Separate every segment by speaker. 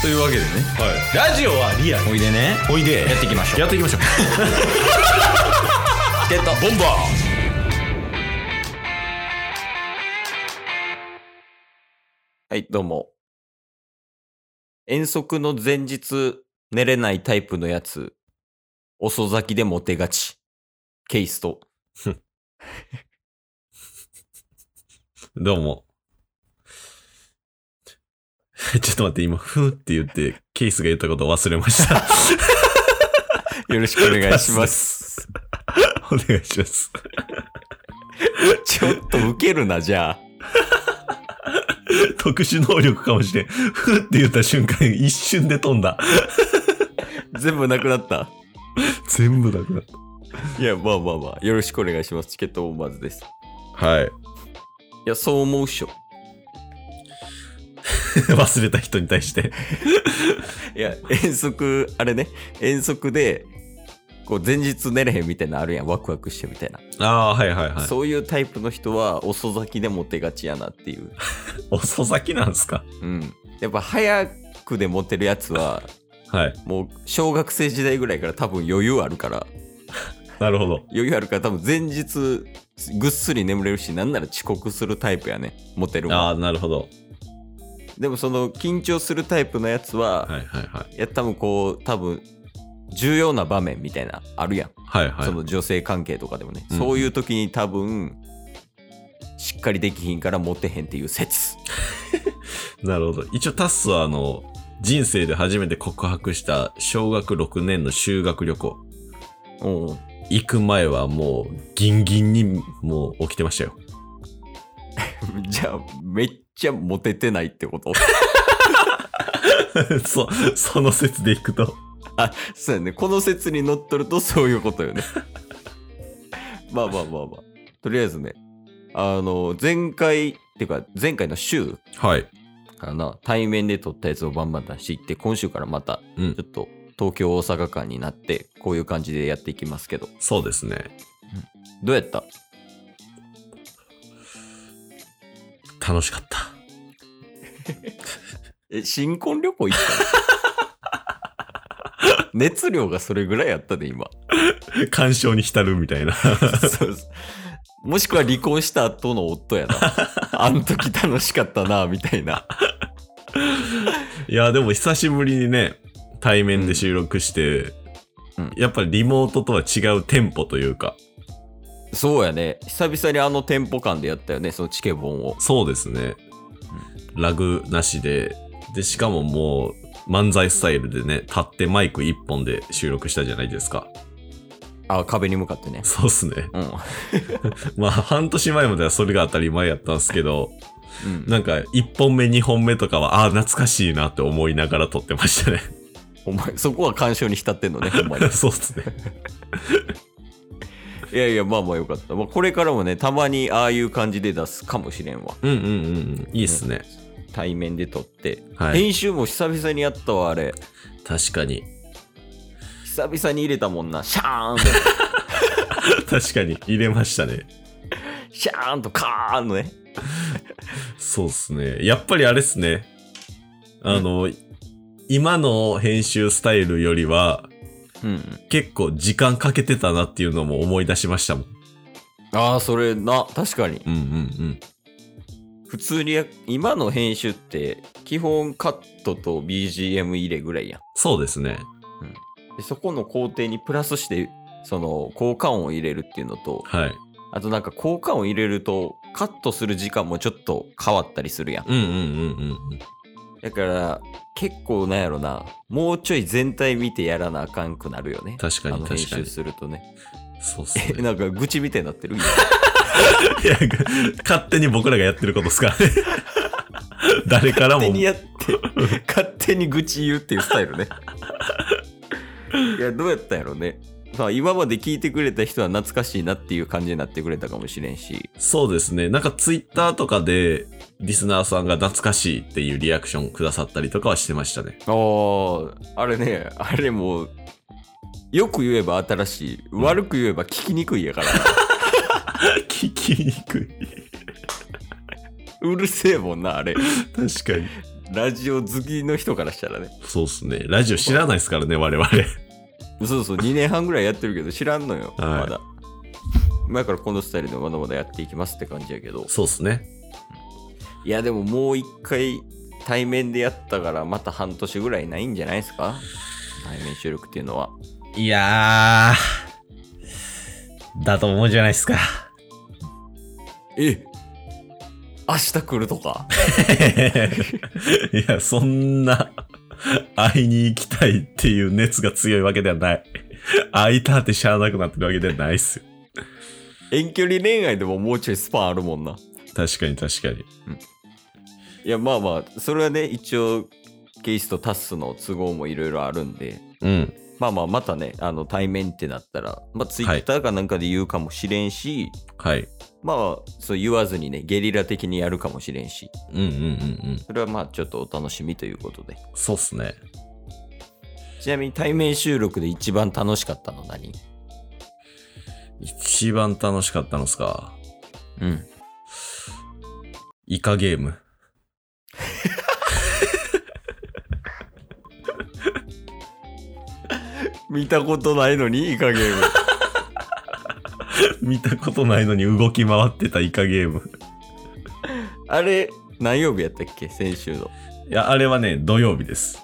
Speaker 1: というわけでね
Speaker 2: はい、ラジオはリアル
Speaker 1: おいでね
Speaker 2: おいで
Speaker 1: やっていきましょう
Speaker 2: やっていきましょう
Speaker 1: ゲット
Speaker 2: ボンバ
Speaker 1: はいどうも遠足の前日寝れないタイプのやつ遅咲きでモテがちケイスト
Speaker 2: ーどうも ちょっと待って今ふーって言ってケースが言ったこと忘れました
Speaker 1: よろしくお願いします
Speaker 2: すお願いします
Speaker 1: ちょっとウケるなじゃあ
Speaker 2: 特殊能力かもしれんふーって言った瞬間一瞬で飛んだ
Speaker 1: 全部なくなった
Speaker 2: 全部なくなっ
Speaker 1: いやまあまあまあよろしくお願いしますチケットボンバーズです
Speaker 2: たはい
Speaker 1: いやそう思うっしょ
Speaker 2: 忘れた人に対して
Speaker 1: いや遠足あれね遠足でこう前日寝れへんみたいなのあるやんワクワクしてみたいな、
Speaker 2: ああーはいはいはい
Speaker 1: そういうタイプの人は遅咲きでモテがちやなっていう
Speaker 2: 遅咲きなんすか
Speaker 1: うんやっぱ早くでモテるやつは
Speaker 2: はい
Speaker 1: もう小学生時代ぐらいから多分余裕あるから
Speaker 2: なるほど
Speaker 1: 余裕あるから多分前日ぐっすり眠れるしなんなら遅刻するタイプやねモテるもん
Speaker 2: ああなるほど
Speaker 1: でもその緊張するタイプのやつは、
Speaker 2: はいはいはい
Speaker 1: いや多分こう多分重要な場面みたいなあるやん、
Speaker 2: はいはい
Speaker 1: その女性関係とかでもね、
Speaker 2: うん
Speaker 1: そういう時に多分しっかりできひんからモテへんっていう説
Speaker 2: なるほど。一応タッスはあの、人生で初めて告白した小学6年の修学旅行。
Speaker 1: おう
Speaker 2: 行く前はもうギンギンにもう起きてましたよ。
Speaker 1: じゃあめっちゃモテてないってこと
Speaker 2: そ、その説で行くと。
Speaker 1: そうやねこの説にのっとるとそういうことよね まあまあまあまあとりあえずねあの前回っていうか前回の週
Speaker 2: はい。
Speaker 1: かな対面で撮ったやつをバンバン出していって今週からまた
Speaker 2: うん
Speaker 1: ちょっと東京大阪間になってこういう感じでやっていきますけど
Speaker 2: そうですね。
Speaker 1: どうやった
Speaker 2: 楽しかった。
Speaker 1: え新婚旅行行った 熱量がそれぐらいやったで今
Speaker 2: 感傷に浸るみ たいな。
Speaker 1: そうそうもしくは離婚した後の夫やなあの時楽しかったなみたいない
Speaker 2: や、でも久しぶりにね、対面で収録して、
Speaker 1: うんうん
Speaker 2: やっぱりリモートとは違うテンポというか、
Speaker 1: そうやね久々にあのテンポ感でやったよねそのチケボンを
Speaker 2: そうですね。ラグなしで、で、しかももう漫才スタイルでね、立ってマイク一本で収録したじゃないですか。
Speaker 1: あ壁に向かってね
Speaker 2: そうっすね。
Speaker 1: うん、うん
Speaker 2: まあ、半年前まではそれが当たり前やったんですけど、なんか一本目、二本目とかは、ああ、懐かしいなって思いながら撮ってましたね。
Speaker 1: お前そこは感傷に浸ってんのねほんまに
Speaker 2: そうっすね。
Speaker 1: いやいや、まあまあよかった。まあ、これからもね、たまにああいう感じで出すかもしれんわ。
Speaker 2: うんうんうんうん。いいっすね。
Speaker 1: 対面で撮って。
Speaker 2: はい。
Speaker 1: 編集も久々にやったわ、あれ。
Speaker 2: 確かに。
Speaker 1: 久々に入れたもんな。シャーンと、
Speaker 2: 確かに。入れましたね。
Speaker 1: シャーンとカーンのね。
Speaker 2: そうっすね。やっぱりあれっすね。あの、今の編集スタイルよりは、
Speaker 1: うん。
Speaker 2: 結構時間かけてたなっていうのも思い出しましたもん。
Speaker 1: ああ、それな、確かに。
Speaker 2: うんうん
Speaker 1: 普通にや、今の編集って、基本カットと BGM 入れぐらいやん
Speaker 2: そうですね。
Speaker 1: で。そこの工程にプラスして、その、効果音を入れるっていうのと、
Speaker 2: はい。
Speaker 1: あとなんか効果音入れると、カットする時間もちょっと変わったりするやん。
Speaker 2: うんうんうんうん。
Speaker 1: だから結構なんやろなもうちょい全体見てやらなあかんくなるよね
Speaker 2: 確か
Speaker 1: あ
Speaker 2: に
Speaker 1: の編
Speaker 2: 確か
Speaker 1: 集
Speaker 2: に。
Speaker 1: するとね
Speaker 2: そうっす
Speaker 1: え
Speaker 2: ね。
Speaker 1: なんか愚痴みたいになってる
Speaker 2: いや勝手に僕らがやってることっすからね。誰から
Speaker 1: 勝手
Speaker 2: も。
Speaker 1: にやって勝手に愚痴言うっていうスタイルね いやどうやったんやろねまあ今まで聞いてくれた人は懐かしいなっていう感じになってくれたかもしれんし
Speaker 2: そうですね。なんかツイッターとかで、リスナーさんが懐かしいっていうリアクションくださったりとかはしてましたね。
Speaker 1: あーあれねあれもうよく言えば新しい悪く言えば聞きにくい やから
Speaker 2: 聞きにくい。
Speaker 1: うるせえもんなあれ
Speaker 2: 確かに。
Speaker 1: ラジオ好きの人からしたらね。
Speaker 2: そうっすね。ラジオ知らないですからね、我々。
Speaker 1: そうそう、2年半ぐらいやってるけど知らんのよ、
Speaker 2: はい
Speaker 1: まだ。前からこのスタイルでまだまだやっていきますって感じやけど。
Speaker 2: そうっすね。
Speaker 1: いや、でももう一回対面でやったからまた半年ぐらいないんじゃないですか対面収録っていうのは。
Speaker 2: いやー、だと思うじゃないですか。
Speaker 1: え明日来るとか
Speaker 2: いや、そんな、会いに行きたいっていう熱が強いわけではない。会いたってしゃあなくなってるわけではないっすよ。
Speaker 1: 遠距離恋愛でももうちょいスパンあるもんな。
Speaker 2: 確かに確かに。
Speaker 1: いや、まあまあ、それはね、一応、ケイスとタスの都合もいろいろあるんで、
Speaker 2: うん。
Speaker 1: まあまあ、またね、あの対面ってなったら、まあ、ツイ
Speaker 2: はい
Speaker 1: ッターかなんかで言うかもしれんし、
Speaker 2: はい。
Speaker 1: まあ、そう言わずにね、ゲリラ的にやるかもしれんし、
Speaker 2: うんうんうんうん。
Speaker 1: それはまあ、ちょっとお楽しみということで。
Speaker 2: そうっすね。
Speaker 1: ちなみに対面収録で一番楽しかったの何
Speaker 2: 一番楽しかったのっすか。
Speaker 1: うん。
Speaker 2: イカゲーム。
Speaker 1: 見たことないのに、イカゲーム。
Speaker 2: 見たことないのに動き回ってたイカゲーム。
Speaker 1: あれ、何曜日やったっけ先週の。
Speaker 2: いや、あれはね、土曜日です。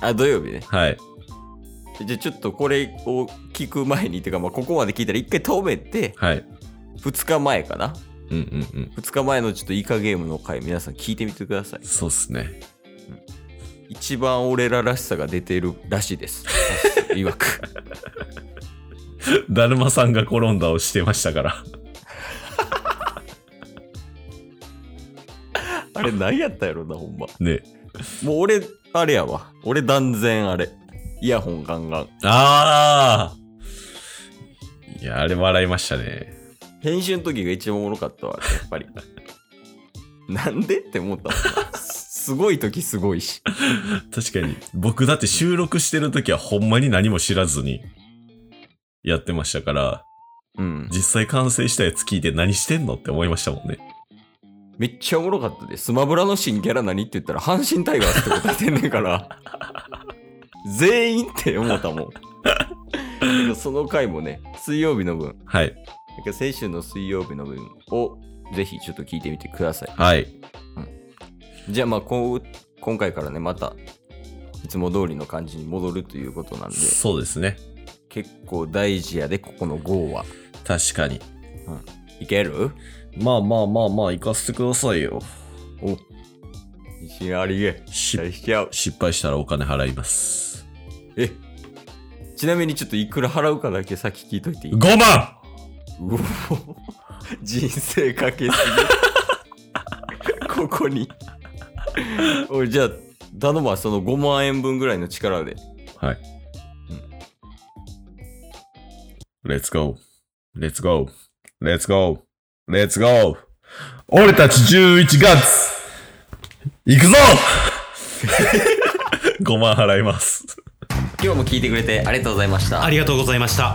Speaker 1: あ、土曜日ね。
Speaker 2: はい。
Speaker 1: じゃあちょっとこれを聞く前に、てか、まあ、ここまで聞いたら一回止めて、
Speaker 2: はい。
Speaker 1: 2日前かな
Speaker 2: うんうんうん。
Speaker 1: 2日前のちょっとイカゲームの回皆さん聞いてみてください
Speaker 2: そうっすね。
Speaker 1: 一番俺ららしさが出てるらしい ですいわく
Speaker 2: だるまさんが転んだをしてましたから。
Speaker 1: あれ何やったやろなほんま
Speaker 2: ね。
Speaker 1: もう俺あれやわ俺断然あれイヤホンガンガン
Speaker 2: ああいや、あれ笑いましたね。
Speaker 1: 編集の時が一番おもろかったわやっぱりなんでって思ったもんなすごい時すごいし
Speaker 2: 確かに。僕だって収録してる時はほんまに何も知らずにやってましたから、
Speaker 1: うん
Speaker 2: 実際完成したやつ聞いて何してんのって思いましたもんね。
Speaker 1: めっちゃおもろかったでスマブラの新キャラ何って言ったら阪神タイガースって答えてんねんから全員って思ったもんだけどその回もね水曜日の分
Speaker 2: はい。
Speaker 1: だから先週の水曜日の分をぜひちょっと聞いてみてください
Speaker 2: はい。
Speaker 1: じゃあまあこう今回からねまたいつも通りの感じに戻るということなんで
Speaker 2: そうですね。
Speaker 1: 結構大事やでここの5は
Speaker 2: 確かに。
Speaker 1: いける
Speaker 2: まあまあまあまあ、行かせてくださいよ。
Speaker 1: お自信ありげ期
Speaker 2: し
Speaker 1: 待しちゃう
Speaker 2: 失敗したらお金払います。
Speaker 1: えちなみにちょっといくら払うかだけ先聞いといていい
Speaker 2: 5万
Speaker 1: うお人生かけす ぎここにおいじゃあ頼むわその5万円分ぐらいの力で
Speaker 2: はい。Let's go. Let's go. Let's go. Let's go. 俺たち11月行 くぞ !5 万払います。
Speaker 1: 今日も聞いてくれてありがとうございました
Speaker 3: ありがとうございました。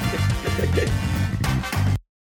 Speaker 3: す